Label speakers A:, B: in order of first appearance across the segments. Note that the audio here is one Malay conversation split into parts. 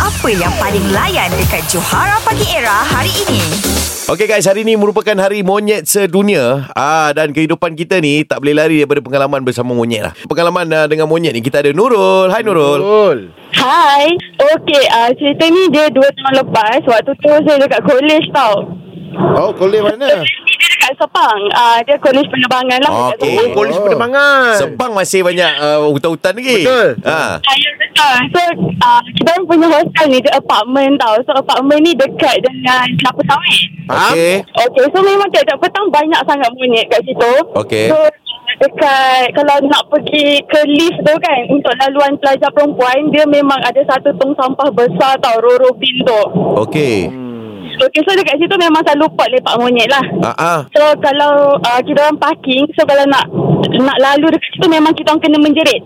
A: Apa yang paling layan dekat Johara Pagi Era hari ini?
B: Okay guys, hari ni merupakan hari monyet sedunia ah, Dan kehidupan kita ni tak boleh lari daripada pengalaman bersama monyet lah Pengalaman ah, dengan monyet ni, kita ada Nurul Hai Nurul
C: Betul.
D: Hai. Okey, uh, cerita ni dia 2 tahun lepas. Waktu tu saya dekat college tau.
C: Oh, kolej
B: Hmm.
C: mana?
D: Ni Dia dekat Sepang. Uh, dia college penerbangan lah. dekat
B: Okey.
C: Oh,
D: Sepang.
C: kolej
B: Oh.
C: Penerbangan.
B: Sepang masih banyak uh, hutan-hutan lagi
C: Betul.
B: ha.
D: Saya betul. So, uh, kita orang punya hostel ni dia apartment tau. So, apartment ni dekat dengan Kelapa Sawit.
C: Faham?
B: Okay
D: Okey, so memang tiap-tiap petang banyak sangat monyet kat situ.
B: Okey.
D: So, dekat kalau nak pergi ke lift tu kan untuk laluan pelajar perempuan dia memang ada satu tong sampah besar tau roro bin tu.
B: Okay
D: Okey, so dekat situ memang selalu pot lepak monyet lah.
B: Ah ah.
D: So kalau uh, kita orang parking, so kalau nak nak lalu dekat situ memang kita orang kena menjerit.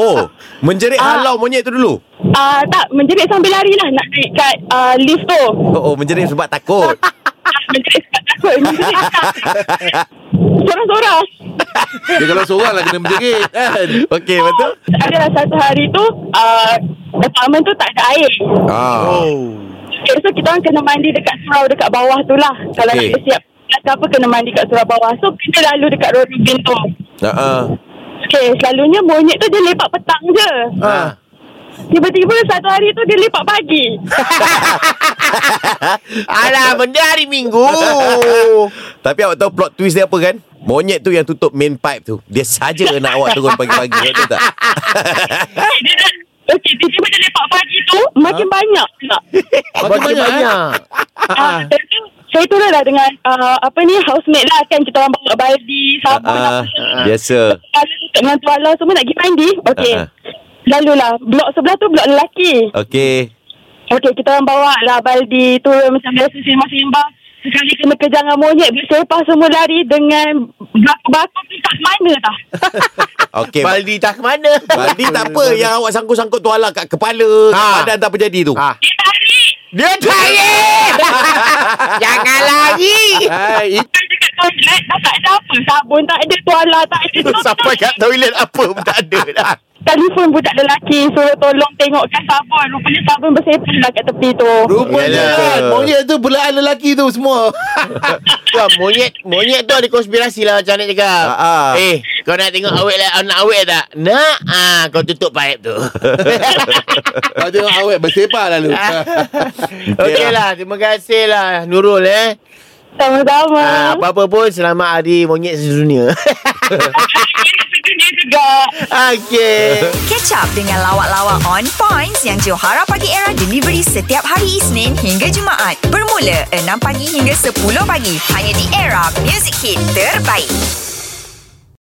B: Oh, menjerit
D: Ah.
B: halau monyet tu dulu
D: Ah uh, tak, menjerit sambil lari lah nak naik kat uh, lift tu.
B: Oh, oh menjerit sebab takut
D: Ah, menjerit sebab takut. Menjerit Sorang-sorang.
C: Dia kalau seorang lah kena menjerit kan.
B: Okay, betul?
D: Adalah satu hari tu uh, Apartment tu tak ada air
C: Oh.
B: Ah.
D: okay, So kita orang kena mandi dekat surau Dekat bawah tu lah Kalau
B: Okey.
D: okay. nak siap Kata apa kena mandi kat surau bawah So kita lalu dekat Rory Bin tu
B: Ah, ah.
D: Okay selalunya monyet tu Dia lepak petang je
C: Ha.
B: Ah.
D: Tiba-tiba satu hari tu Dia lepak pagi
B: ah.
C: Alah, benda hari minggu. Oh.
B: Tapi awak tahu plot twist dia apa kan? Monyet tu yang tutup main pipe tu. Dia saja nak awak turun pagi-pagi. Awak tahu tak?
D: Dia dah- Okay tiba-tiba dia lepak pagi tu Makin banyak pula
C: Makin banyak. eh? banyak.
D: Ah, tapi saya turun lah dengan uh, Apa ni Housemate lah kan Kita orang bawa baldi
B: Ah, ah.
D: Sabun apa semua.
B: Biasa.
D: Kalau tutup dengan tuala semua nak pergi mandi. Okey.
B: Ha, ha.
D: Lalulah. Blok sebelah tu blok lelaki.
B: Okey.
D: Okey, kita orang bawa lah baldi tu macam biasa sembang-sembang. Sekali kena kejangan monyet bersepah semua lari dengan batu-batu tu tak mana tah.
B: Okey.
C: Baldi tak ke mana?
B: Baldi tak apa yang awak sangkut-sangkut tuala kat kepala, kat
C: Ah.
B: badan tak apa jadi tu.
C: Ah.
D: Dia tarik.
C: Dia tarik. Jangan lagi. Hai, itu
D: Kan dekat toilet dah tak ada apa. Sabun tak ada, tuala tak ada.
C: sampai kat toilet apa pun tak ada dah.
D: Telefon budak lelaki suruh tolong tengokkan sabun. Rupanya sabun bersepah lah kat tepi tu.
C: Rupanya
B: Yalah.
C: kan Monyet tu belaan lelaki tu semua Wah Ya, monyet Monyet tu ada konspirasi lah Macam nak cakap
B: Ah, ah.
C: Eh kau nak tengok awet lah Nak awet tak Nak ah, Kau tutup paip tu
E: Kau tengok awet bersepah
C: lah
E: lalu.
B: Ah.
C: Okey lah Terima kasih lah Nurul eh ah,
D: Sama-sama.
C: Apa-apa pun Selamat hari monyet sedunia
D: Dia juga.
C: Okey
A: Catch up dengan lawak-lawak on points yang Johara Pagi Era delivery setiap hari Isnin hingga Jumaat. Bermula 6 pagi hingga 10 pagi. Hanya di Era Music Hit Terbaik.